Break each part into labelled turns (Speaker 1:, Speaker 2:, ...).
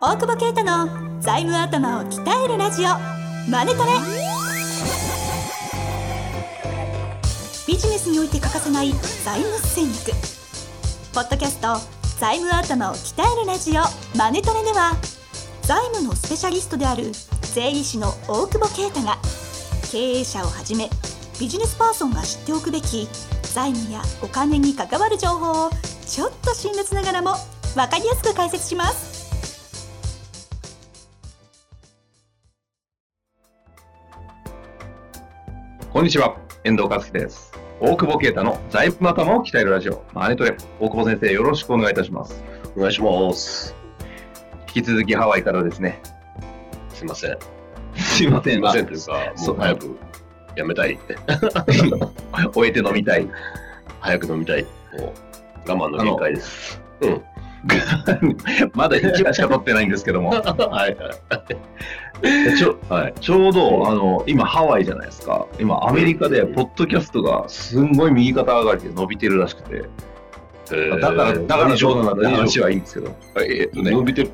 Speaker 1: 大久保啓太の財務頭を鍛えるラジオマネトレビジネスにおいて欠かせない財務戦略ポッドキャスト財務頭を鍛えるラジオマネトレでは財務のスペシャリストである税理士の大久保啓太が経営者をはじめビジネスパーソンが知っておくべき財務やお金に関わる情報をちょっと辛辣ながらも分かりやすく解説します
Speaker 2: こんにちは、遠藤和樹です。大久保啓太の財務頭を鍛えるラジオ、マネトレ。大久保先生、よろしくお願いいたします。
Speaker 3: お願いします。
Speaker 2: 引き続きハワイからですね。
Speaker 3: すいません。
Speaker 2: すいますせ
Speaker 3: い
Speaker 2: ん、
Speaker 3: ませんというか、
Speaker 2: そ
Speaker 3: も
Speaker 2: う
Speaker 3: う早くやめたいって、
Speaker 2: 終えて飲みたい。
Speaker 3: 早く飲みたい。もう我慢の限界です。
Speaker 2: まだ1話しか撮ってないんですけど も。
Speaker 3: はいはい。
Speaker 2: ちょ
Speaker 3: はい。
Speaker 2: ちょうど、あの、今ハワイじゃないですか。今アメリカで、ポッドキャストがすんごい右肩上がりで伸びてるらしくて。だから、だから冗談なんて話はいいんですけど。えーっとね
Speaker 3: 伸びてる。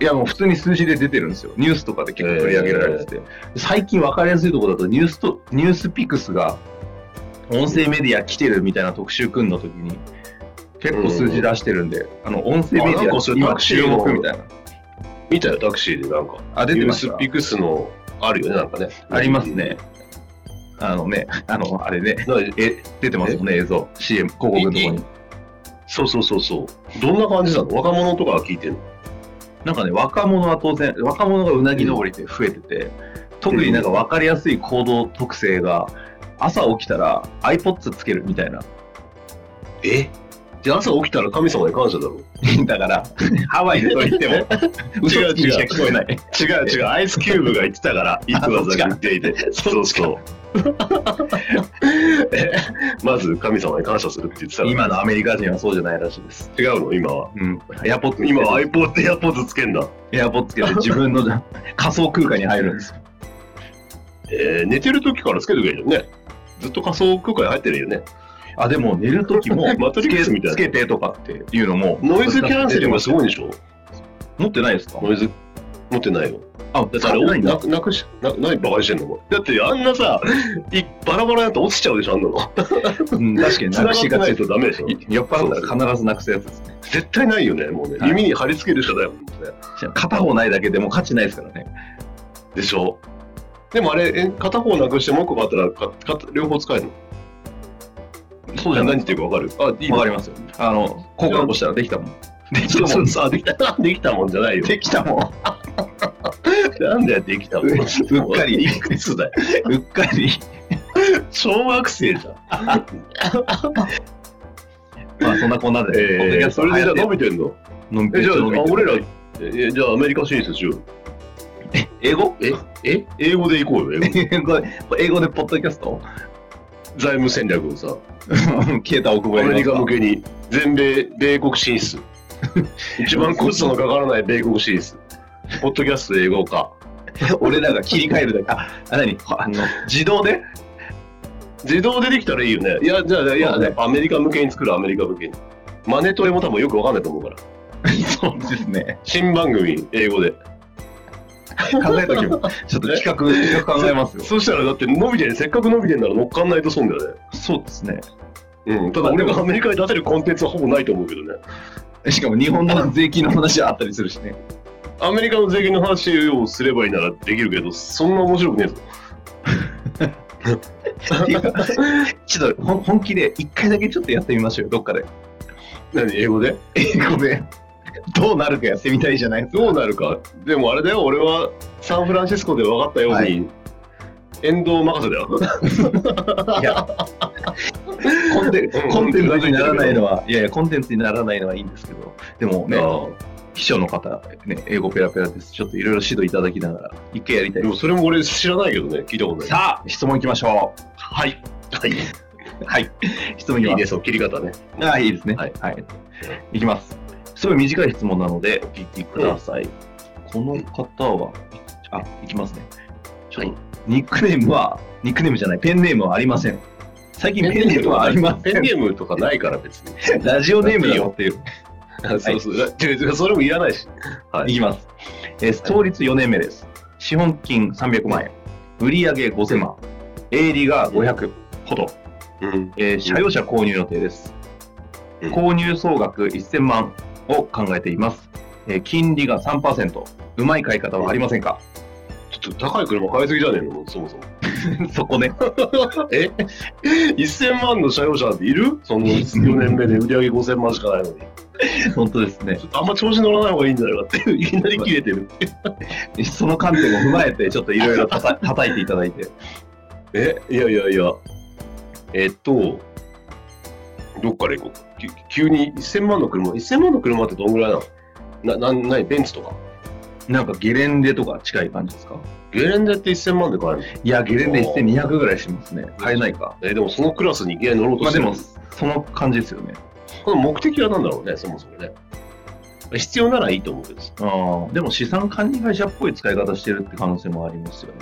Speaker 2: いやもう普通に数字で出てるんですよ。ニュースとかで結構取り上げられてて。最近分かりやすいところだと、ニュースと、ニュースピックスが、音声メディア来てるみたいな特集組んだ時に、結構数字出してるんで、あの、音声メデ
Speaker 3: あなんか
Speaker 2: ィ
Speaker 3: そ
Speaker 2: ア、
Speaker 3: れ
Speaker 2: 今
Speaker 3: タクシー
Speaker 2: 注
Speaker 3: の
Speaker 2: 目みたいな。
Speaker 3: 見たよ、タクシーでなんか。
Speaker 2: あ、出
Speaker 3: ニ
Speaker 2: て
Speaker 3: ュー
Speaker 2: まし
Speaker 3: ス
Speaker 2: た
Speaker 3: ピ。ックスのあるよね、なんかね。
Speaker 2: ありますね。あのね、あの、あれね、
Speaker 3: な。
Speaker 2: え、出てますもんね、映像。CM、広告のとこに。
Speaker 3: そうそうそうそう。どんな感じなの若者とかが聞いてるの
Speaker 2: なんかね、若者は当然、若者がうなぎ登りって増えてて、特になんか分かりやすい行動特性が、朝起きたら iPods つけるみたいな。
Speaker 3: えじゃあ朝起きたら神様に感謝だろ。
Speaker 2: だから、ハワイでそれ言っても、 嘘つきにしか聞こえない。
Speaker 3: 違う違う、アイスキューブが言ってた から、いつわざ言っていて、そうそう。えまず神様に感謝するって言ってたから、
Speaker 2: 今のアメリカ人はそうじゃないらしいです。
Speaker 3: 違うの、今は。
Speaker 2: うん。エアポッド
Speaker 3: 今は
Speaker 2: は
Speaker 3: iPod、AirPods つけんだ。
Speaker 2: エアポッドつけて自分 の仮想空間に入るんです。
Speaker 3: えー寝てる時からつけとけばいいじゃんね。ずっと仮想空間に入ってるよね。
Speaker 2: あ、でも寝るときも
Speaker 3: マト
Speaker 2: つ
Speaker 3: リ
Speaker 2: け、
Speaker 3: ックスみたいな
Speaker 2: つけてとかっていうのも、
Speaker 3: ノイズキャンセリングがすごいんでしょ
Speaker 2: 持ってないですか
Speaker 3: ノイズ持ってないよ。
Speaker 2: あ、
Speaker 3: だ
Speaker 2: だ
Speaker 3: って
Speaker 2: か
Speaker 3: あ
Speaker 2: ら
Speaker 3: れ
Speaker 2: ないん
Speaker 3: な
Speaker 2: だ。
Speaker 3: くなくし、な何バカにしてんのお前だってあんなさ、いバラバラやと落ちちゃうでしょ、あんなの。
Speaker 2: うん、確かにな
Speaker 3: 繋が
Speaker 2: く
Speaker 3: って
Speaker 2: し
Speaker 3: な
Speaker 2: がち
Speaker 3: い
Speaker 2: で
Speaker 3: と
Speaker 2: す。
Speaker 3: ダメでしょ。
Speaker 2: 酔っ払ったら必ずなくすやつですね。
Speaker 3: 絶対ないよね、もうね。
Speaker 2: はい
Speaker 3: 耳に貼り付ける人だよ、もうね。
Speaker 2: 片方ないだけでもう価値ないですからね。
Speaker 3: でしょでもあれえ片方なくしてもう一個があったらかか両方使えるの
Speaker 2: そう
Speaker 3: 何言ってるか分かるあいい
Speaker 2: わ
Speaker 3: の
Speaker 2: かりますよ。あの、交換をしたらできたもん。でき
Speaker 3: そう
Speaker 2: た
Speaker 3: そ
Speaker 2: もん
Speaker 3: う。そうあできたできたもんじゃないよ
Speaker 2: できたもん。
Speaker 3: なんだよできたもん
Speaker 2: うっか り
Speaker 3: いくつだよ
Speaker 2: うっかり。
Speaker 3: 小学生じゃん
Speaker 2: まあそんなこんなで、ポッドキャ
Speaker 3: えー、
Speaker 2: スト
Speaker 3: それでじゃあ
Speaker 2: 流行
Speaker 3: 伸
Speaker 2: って
Speaker 3: びてんの
Speaker 2: のんび
Speaker 3: え
Speaker 2: り
Speaker 3: じゃあ
Speaker 2: 伸び
Speaker 3: あ
Speaker 2: てる
Speaker 3: 俺らえじゃあアメリカ進出しよう
Speaker 2: 英語
Speaker 3: ええ英語で行こうよ英語
Speaker 2: 英語 英語でポッドキャス ト
Speaker 3: 財務戦略をさ
Speaker 2: 消えた奥
Speaker 3: ア
Speaker 2: 越え
Speaker 3: メリカ向けに全米米国進 出一番コストのかからない米国進出ポッドキャストで英語 化
Speaker 2: 俺らが切り替えるだけ。あ、あ何 あの自動で
Speaker 3: 自動でできたらいいよね。いや、じゃあ、いや、
Speaker 2: そうね
Speaker 3: アメリカ向けに作る、アメリカ向けに。マネトレも多分よくわかんないと思うから。
Speaker 2: そうですね。
Speaker 3: 新番組、英語で。
Speaker 2: 考えと きも。ちょっと企画、企画考えますよ。
Speaker 3: そしたら、だって伸びてる、せっかく伸びてるなら乗っかんないと損だよね。
Speaker 2: そうですね。
Speaker 3: うん。ただ、俺がアメリカに出せるコンテンツはほぼないと思うけどね。
Speaker 2: しかも日本の税金の話はあったりするし ね。
Speaker 3: アメリカの税金の話をすればいいならできるけど、そんな面白くねえぞ。
Speaker 2: っていうかちょっとほん本気で一回だけちょっとやってみましょうよ、どっかで。
Speaker 3: 何、英語で
Speaker 2: 英語で。どうなるかやってみたいじゃないです
Speaker 3: どうなるか。でも、あれだよ、俺はサンフランシスコで分かったように、
Speaker 2: は
Speaker 3: 遠藤任せだよ。
Speaker 2: か。いや、コンテ
Speaker 3: うん
Speaker 2: コンテンツにならないのは、いやいや、コンテンツにならないのはいいんですけど、でもね、
Speaker 3: ああ
Speaker 2: 秘書の方、ね、英語ペラペラです。ちょっといろいろ指導いただきながら、一回やりたい
Speaker 3: で
Speaker 2: で
Speaker 3: も、
Speaker 2: す。
Speaker 3: それも俺知らないけどね、聞いたことない。
Speaker 2: さあ、質問いきましょ
Speaker 3: はい。はい。
Speaker 2: う。はい。質問いき
Speaker 3: いい
Speaker 2: ます。
Speaker 3: ね、その切り方ね。
Speaker 2: ああ、いいですね。は
Speaker 3: はいい。
Speaker 2: はい。いきます。すごい短い質問なので、お聞きください。この方は、あ、いきますね。ちょっと、
Speaker 3: は
Speaker 2: ニックネームは、ニックネームじゃない、ペンネームはありません。最近ペンネームはありませ
Speaker 3: ペン
Speaker 2: ん。
Speaker 3: ネームとかないから別に。
Speaker 2: ラジオネームだよっていう。
Speaker 3: そうそう。だって別にそれもいらないし。
Speaker 2: い、きます。えー創立4年目です。資本金300万円、売上5000万、営利が500ほど、
Speaker 3: うん。
Speaker 2: えー社用車購入予定です。
Speaker 3: うん
Speaker 2: 購入総額1000万を考えています。えー金利が3%、うまい買い方はありませんか、
Speaker 3: ちょっと高い車買いすぎじゃねえのそもそも。
Speaker 2: そこね。
Speaker 3: え ?1000 万の車用車なんているその4年目で売り上げ5000万しかないのに。
Speaker 2: 本当ですね
Speaker 3: ち。ょっとあんま調子乗らない方がいいんじゃないかっていう、いきなり切れてる。
Speaker 2: その観点を踏まえて、ちょっといろいろた た叩いていただいて。
Speaker 3: えいやいやいや。えっと、どっから行こうか。き急に1000万の車、1000万の車ってどんぐらいなのな、な、なに、ベンツとか。
Speaker 2: なんかゲレンデとか近い感じですか
Speaker 3: ゲレンデって1000万で買えるの
Speaker 2: いや、ゲレンデ1200ぐらいしますね。買えないか。
Speaker 3: えでもそのクラスにいきなり乗ろうと
Speaker 2: まあ
Speaker 3: して
Speaker 2: で
Speaker 3: る。
Speaker 2: も、その感じですよね。
Speaker 3: この目的は何だろうね、そもそもね。必要ならいいと思うけどさ。
Speaker 2: ああ、でも資産管理会社っぽい使い方してるって可能性もありますよね。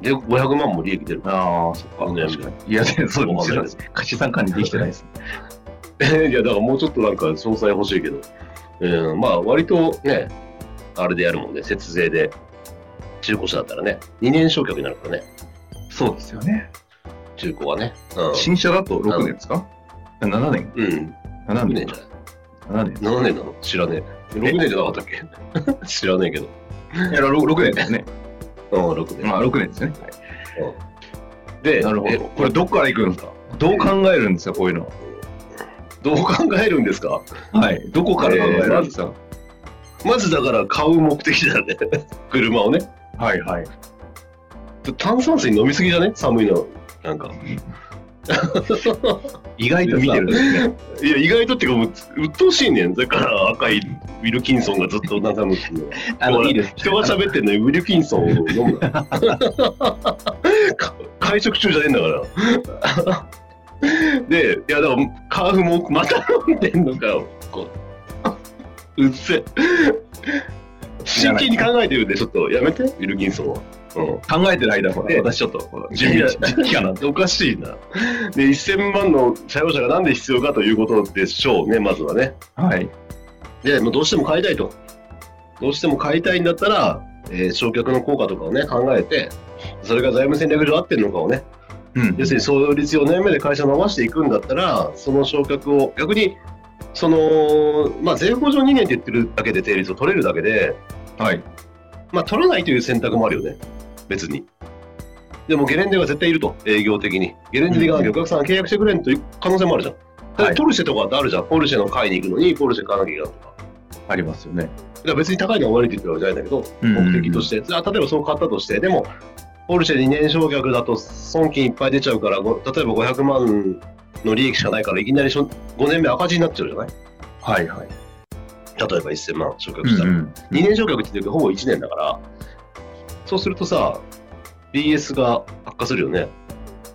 Speaker 3: で、500万も利益出る。
Speaker 2: ああ、そっか。
Speaker 3: うん
Speaker 2: 確かに。いや、そうです
Speaker 3: わかんない
Speaker 2: ね。資産管理できてないです。
Speaker 3: いや、だからもうちょっとなんか詳細欲しいけど。うん、まあ、割とね、あれでやるもんね、節税で。中古車だったらね、2年償却になるからね、
Speaker 2: そうですよね。
Speaker 3: 中古はね。うん。
Speaker 2: 新車だと6年ですか ?7 年
Speaker 3: うん、
Speaker 2: ?7
Speaker 3: 6年
Speaker 2: 年
Speaker 3: じゃ
Speaker 2: ?7 年。
Speaker 3: ない ?7 年なの知らねえ。6年じゃなかったっけ 知らねえけど。
Speaker 2: いや、6年ですね。
Speaker 3: うん、6年。
Speaker 2: まあ、6年ですね。
Speaker 3: で、
Speaker 2: なるほ
Speaker 3: え
Speaker 2: ど。これ、どっから行くんですかどう考えるんですかこういうの
Speaker 3: どう考えるんですか
Speaker 2: は。はい。どこから考えるんですか
Speaker 3: まずだから買う目的だね。 車をね。
Speaker 2: はいはい。
Speaker 3: 炭酸水飲みすぎじゃね寒いの。なんか。
Speaker 2: 意外と見てるんですね。
Speaker 3: いや、意外とっていうか、もう、鬱陶しいねん。だから、赤いウィルキンソンがずっと眺むっていうのは。
Speaker 2: あの、いいです。
Speaker 3: 人が喋ってんのにウィルキンソンを飲むな。か会食中じゃねえんだから。で、いや、だから、カーフもまた飲んでんのかよ。こううっせえ。真剣に考えてるんで、ちょっとやめて、ウィルキンソンは。うん
Speaker 2: 考えてる間、ほら
Speaker 3: で
Speaker 2: 私ちょっと、準
Speaker 3: いや
Speaker 2: 備期間なんで。
Speaker 3: おかしいな。で、1000万の車用車がなんで必要かということでしょうね、まずはね。
Speaker 2: はい。
Speaker 3: で、もうどうしても買いたいと。どうしても買いたいんだったら、えー焼却の効果とかをね、考えて、それが財務戦略上合ってるのかをね、
Speaker 2: うん
Speaker 3: 要するに創立4年目で会社を伸ばしていくんだったら、その焼却を、逆に、その、まあ、税法上2年って言ってるだけで定率を取れるだけで、
Speaker 2: はい。
Speaker 3: まあ、取らないという選択もあるよね、別に。でもゲレンデが絶対いると、営業的に。ゲレンデで行かなきゃお客さんが契約してくれんという可能性もあるじゃん。だ
Speaker 2: は
Speaker 3: って
Speaker 2: い
Speaker 3: ポルシェとかってあるじゃん、ポルシェの買いに行くのに、ポルシェ買わなきゃいけないとか。
Speaker 2: ありますよね。
Speaker 3: だから別に高いのが悪いって言ってるわけじゃないんだけど、目的として、あ例えばそう買ったとして、でも、ポルシェに年償却だと損金いっぱい出ちゃうから、ご例えば500万の利益しかないから、いきなりしょ5年目赤字になっちゃうじゃない
Speaker 2: はいはい。
Speaker 3: 例えば1000万償却したら。2年償却って言うけどほぼ1年だから、そうするとさ、BS が悪化するよね。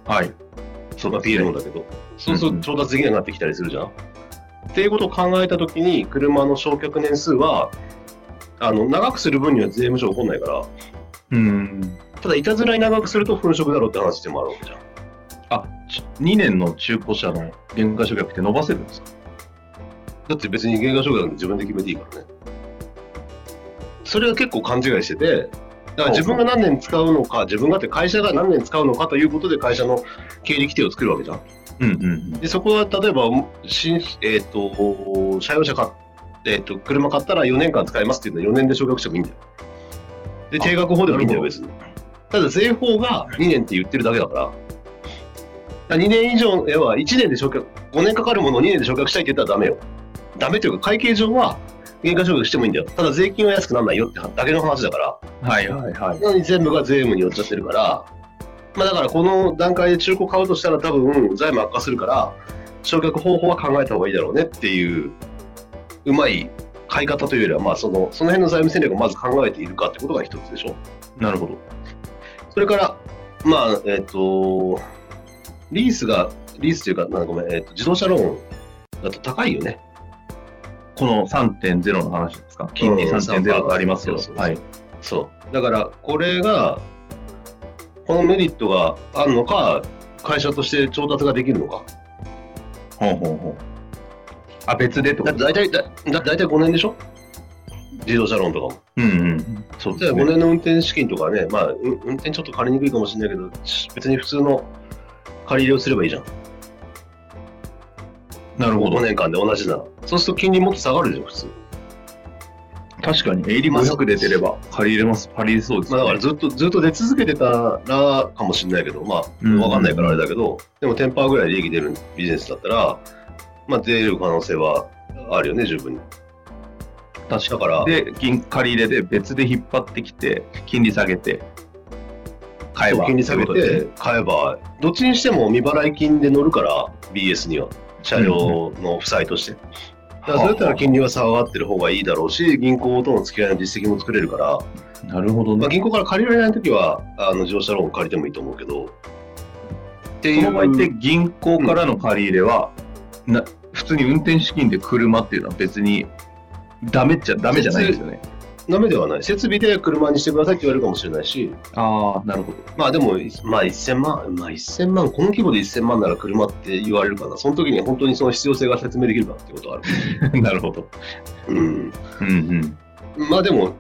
Speaker 2: はい。
Speaker 3: そうまあ PL もだけど。そうすると調達できなくなってきたりするじゃん。っていうことを考えたときに、車の焼却年数は、あの、長くする分には税務署起こんないから、
Speaker 2: うん。
Speaker 3: ただ、いたずらに長くすると粉飾だろうって話でもあるわけじゃん。
Speaker 2: あ、2年の中古車の原価償却って伸ばせるんですか
Speaker 3: だって別に原価償却なんて自分で決めていいからね。それは結構勘違いしてて、だから自分が何年使うのか、自分がって会社が何年使うのかということで会社の経理規定を作るわけじゃん。
Speaker 2: うんうん。
Speaker 3: でそこは例えば、新えっと車用車買っえっと車買ったら4年間使えますっていうのは4年で償却してもいいんだよ。で、定額法でもいいんだよ、
Speaker 2: なる
Speaker 3: 別に。ただ、税法が2年って言ってるだけだから、だから2年以上、要は1年で償却、5年かかるものを2年で償却したいって言ったらダメよ。ダメというか、会計上は減価償却してもいいんだよ。ただ、税金は安くならないよってだけの話だから。
Speaker 2: はいはいはい。
Speaker 3: なのに全部が税務に寄っちゃってるから、まあ、だからこの段階で中古買うとしたら多分財務悪化するから焼却方法は考えた方がいいだろうねっていううまい買い方というよりはまあそのその辺の財務戦略をまず考えているかってことが一つでしょ
Speaker 2: なるほど。
Speaker 3: それからまあえっ、とリースがリースというかなんかごめん、えっと自動車ローンだと高いよね
Speaker 2: この3.0の話ですか金利
Speaker 3: うん
Speaker 2: 3.0とありますけど
Speaker 3: そうそう。そう
Speaker 2: はい。
Speaker 3: そうだからこれがこのメリットがあるのか会社として調達ができるのか
Speaker 2: ほうほうほあ、別でってこ
Speaker 3: だ
Speaker 2: と
Speaker 3: って大体、だだ大体5年でしょ自動車ローンとかも。
Speaker 2: うんうん。そう
Speaker 3: じ
Speaker 2: で
Speaker 3: ゃ
Speaker 2: す
Speaker 3: あ5
Speaker 2: ね。
Speaker 3: 年の運転資金とかね、まあ、う運転ちょっと借りにくいかもしれないけど、し別に普通の借り入れをすればいいじゃん。
Speaker 2: なるほ
Speaker 3: 5
Speaker 2: ど。
Speaker 3: 年間で同じなら。そうすると金利もっと下がるでしょ、普通。
Speaker 2: 確かに、営利500出てれば借り入れます。借り入れそうです、
Speaker 3: まあ、だからずっとずっと出続けてたらかもしれないけど、まあ、
Speaker 2: うん
Speaker 3: 分かんないからあれだけど、でも10%ぐらい利益出るビジネスだったら、まあ、出る可能性はあるよね、十分に。確かから、
Speaker 2: で、金借り入れで別で引っ張ってきて、金利下げて、買え
Speaker 3: そう
Speaker 2: ば。
Speaker 3: 金利下げ
Speaker 2: ってことです
Speaker 3: て
Speaker 2: ね
Speaker 3: 買えば、どっちにしても未払い金で乗るから、BS には、車両の負債として。だからそれだったら金利は下がってる方がいいだろうし、銀行との付き合いの実績も作れるから、
Speaker 2: なるほど
Speaker 3: まあ、
Speaker 2: ね。
Speaker 3: 銀行から借りられないときはあの自動車ローン借りてもいいと思うけど。って
Speaker 2: その場合って
Speaker 3: いう
Speaker 2: 銀行からの借り入れは、な普通に運転資金で車っていうのは別にダメっちゃダメじゃないですよね。
Speaker 3: ダメではない設備で車にしてくださいって言われるかもしれないし
Speaker 2: ああ、なるほど。
Speaker 3: まあでも、まあ、1000万まあ1000万この規模で1000万なら車って言われるかなその時に本当にその必要性が説明できるかってことはあ る、
Speaker 2: なるほど。
Speaker 3: うん、
Speaker 2: うんうん。
Speaker 3: まあでも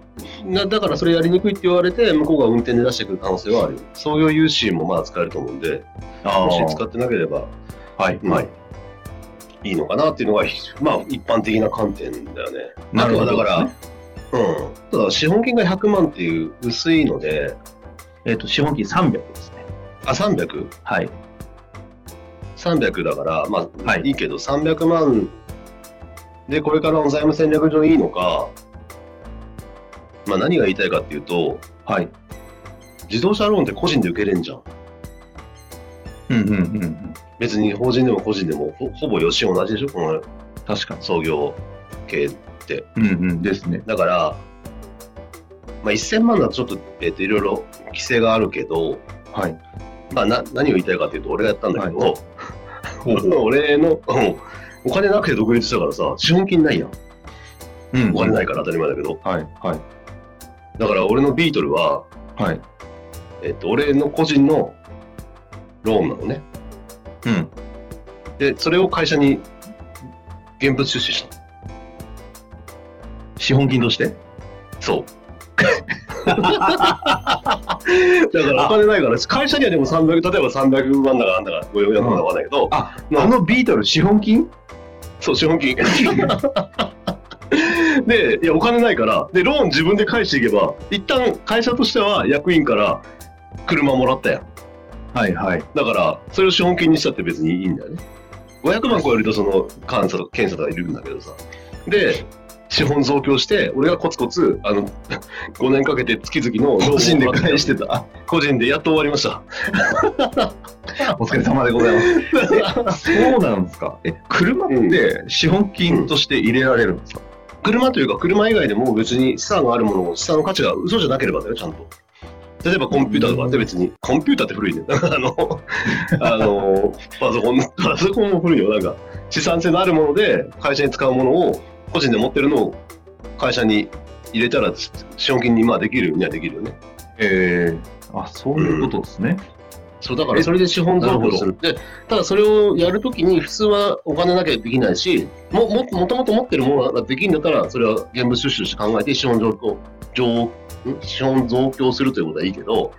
Speaker 3: なだからそれやりにくいって言われて向こうが運転で出してくる可能性はあるよ創業融資もまあ使えると思うんで
Speaker 2: あ
Speaker 3: も
Speaker 2: ー
Speaker 3: し使ってなければ
Speaker 2: はい、
Speaker 3: まあ、いいのかなっていうのが、ひまあ、一般的な観点だよね。
Speaker 2: なるほど
Speaker 3: あとはだから、うん。ただ、資本金が100万っていう薄いので、
Speaker 2: えっ、と、資本金300ですね。
Speaker 3: あ、300?300
Speaker 2: はい。
Speaker 3: だから、まあ、
Speaker 2: はい
Speaker 3: い、いけど、300万で、これからの財務戦略上いいのか、まあ、何が言いたいかっていうと、
Speaker 2: はい。
Speaker 3: 自動車ローンって個人で受けれんじゃん。
Speaker 2: うんうんうんうん。
Speaker 3: 別に法人でも個人でもほほぼよし同じでしょこの
Speaker 2: 確かに。
Speaker 3: 創業系
Speaker 2: うんうんですね。
Speaker 3: だから、まあ、1000万だとちょっと,、えー、といろいろ規制があるけど、
Speaker 2: はい。
Speaker 3: まあ、な何を言いたいかというと俺がやったんだけど、
Speaker 2: ほう
Speaker 3: 俺の、うんお金なくて独立したからさ資本金ないやん
Speaker 2: うん
Speaker 3: お金ない
Speaker 2: か
Speaker 3: から当たり前だけど
Speaker 2: ら。はい。はい。
Speaker 3: だから俺のビートルは、
Speaker 2: はい。
Speaker 3: えー、と俺の個人のローンなのね
Speaker 2: うん。
Speaker 3: でそれを会社に現物出資した
Speaker 2: 資本金として
Speaker 3: そうだからお金ないから会社にはでも300例えば300万だからなんだから500万だかわかんないけど、
Speaker 2: あ、あのビートル資本金
Speaker 3: そう、資本金。 で、いや、お金ないから、で、ローン自分で返していけば、一旦会社としては役員から車もらったやん。
Speaker 2: はいはい。
Speaker 3: だから、それを資本金にしたって別にいいんだよね。500万超えると、その、監査とか検査とかいるんだけどさ。で、資本増強して、俺がコツコツ、あの、5年かけて月々の
Speaker 2: 個人で返
Speaker 3: してた。個人でやっと終わり ました。
Speaker 2: お疲れ様でございます。え そうなんですか。え、車って資本金として入れられるんですか、
Speaker 3: 車というか車以外でも別に資産があるものも資産の価値が嘘じゃなければだよちゃんと例えばコンピューターとかって別にコンピューターって古いね あのあのパソコンパソコンも古いよなんか資産性のあるもので会社に使うものを個人で持ってるのを会社に入れたら資本金にまあできるにはできるよね
Speaker 2: ええあ、そういうことですね。
Speaker 3: そうだからそれで資本増強するでただそれをやるときに普通はお金なきゃできないしもももともと持ってるものができるんだったらそれは現物収集して考えて資本増強増ん資本増強するということはいいけど、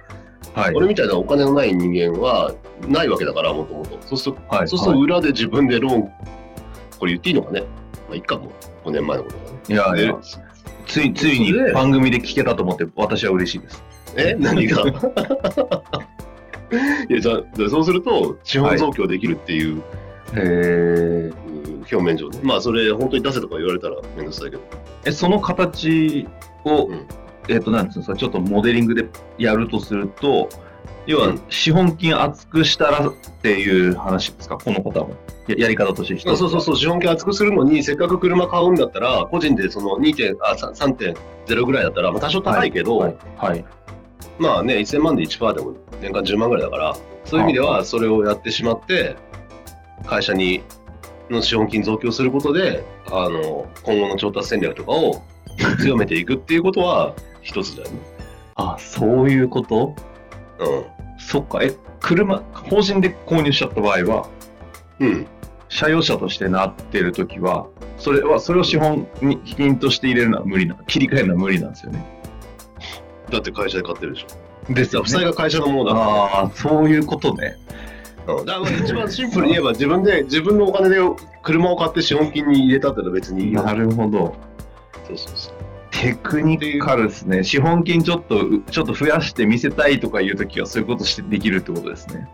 Speaker 2: はい。
Speaker 3: 俺みたいなお金のない人間はないわけだからもともとそうすると
Speaker 2: はい。
Speaker 3: そうする
Speaker 2: は
Speaker 3: と裏で自分でローンこれ言っていいのかねまあいっかも5年前のことだね
Speaker 2: い、いやい
Speaker 3: で
Speaker 2: や、つい、ついに番組で聞けたと思って、私は嬉しいです。
Speaker 3: え何が いやじゃあそうすると資本増強できるっていう、
Speaker 2: へえ。
Speaker 3: うん表面上ね。まあ、それ、本当に出せとか言われたらめんどくさいけど。
Speaker 2: え、その形を、
Speaker 3: うん
Speaker 2: えっ、と、なんつうんですか、ちょっとモデリングでやるとすると、要
Speaker 3: う
Speaker 2: は
Speaker 3: ん、
Speaker 2: 資本金厚くしたらっていう話ですか、この方も。ややり方として一つ
Speaker 3: そうそうそう、資本金厚くするのに、せっかく車買うんだったら、個人でその2点あさ3.0ぐらいだったら、まあ、多少高いけど、
Speaker 2: はい。はい。
Speaker 3: まあね、1000万で1%でも年間10万ぐらいだから、そういう意味で
Speaker 2: は
Speaker 3: は、それをやってしまって、会社にの資本金増強することで、あの今後の調達戦略とかを強めていくっていうことは、一つだよね。
Speaker 2: あ、そういうことそっか、え、車、法人で購入しちゃった場合は、
Speaker 3: うん。うん。
Speaker 2: 社用車としてなってる時は、それは、それを資本に、品として入れるのは無理な、切り替えるのは無理なんですよね。
Speaker 3: だって会社で買ってるでしょ。
Speaker 2: です
Speaker 3: だから負債が会社のものだから。
Speaker 2: ああ、そういうことね。
Speaker 3: うんだから一番シンプルに言えば、自分で、自分のお金で車を買って資本金に入れたってのは別にいいよ。
Speaker 2: なるほど。
Speaker 3: そうそうそう。
Speaker 2: テクニカルですね。資本金ちょっと、うちょっと増やして見せたいとかいう時は、そういうことしてできるってことですね。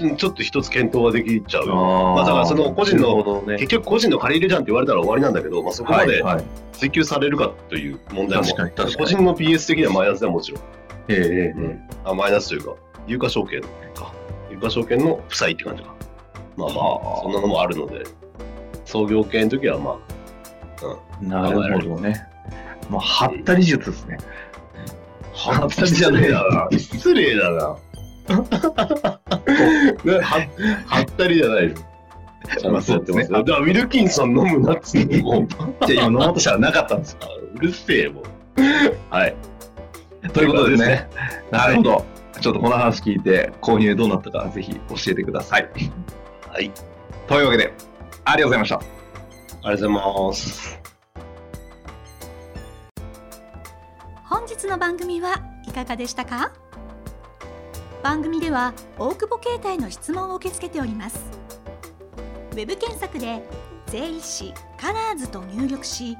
Speaker 3: うんちょっと一つ検討ができちゃうよ。
Speaker 2: あ
Speaker 3: まあだからその個人の
Speaker 2: の、ね、
Speaker 3: 結局個人の借り入れじゃんって言われたら終わりなんだけど、まあ、そこまで
Speaker 2: はいはい、
Speaker 3: 追求されるかという問題も、
Speaker 2: 確かに確かに
Speaker 3: 個人の PS 的にはマイナスではもちろん、
Speaker 2: ええええ
Speaker 3: あマイナスというか有価証券か有価証券の負債って感じかまあま
Speaker 2: は
Speaker 3: あ
Speaker 2: あ
Speaker 3: そんなのもあるので創業系の時はま
Speaker 2: なるほどね。まあ、はったり術ですね。
Speaker 3: あ
Speaker 2: はったりじゃねえ
Speaker 3: な失礼 だななははったりじゃないよちゃんとやってますよだからウィルキンソン飲むなっつってもう
Speaker 2: じゃあ今飲もうとしたらなかったんですよ。
Speaker 3: あうるせえもうはい
Speaker 2: ということですね。なるほど。ちょっとこの話聞いて、購入どうなったかぜひ教えてください。
Speaker 3: はい
Speaker 2: というわけで、ありがとうございました。
Speaker 3: ありがとうございます
Speaker 1: 本日の番組はいかがでしたか番組では大久保携帯の質問を受け付けておりますウェブ検索で「税理士カラーズと入力し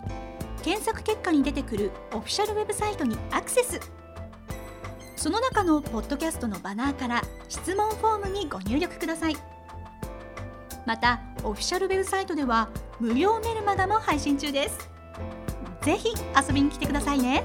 Speaker 1: 検索結果に出てくるオフィシャルウェブサイトにアクセスその中のポッドキャストのバナーから質問フォームにご入力くださいまたオフィシャルウェブサイトでは無料メルマガも配信中ですぜひ遊びに来てくださいね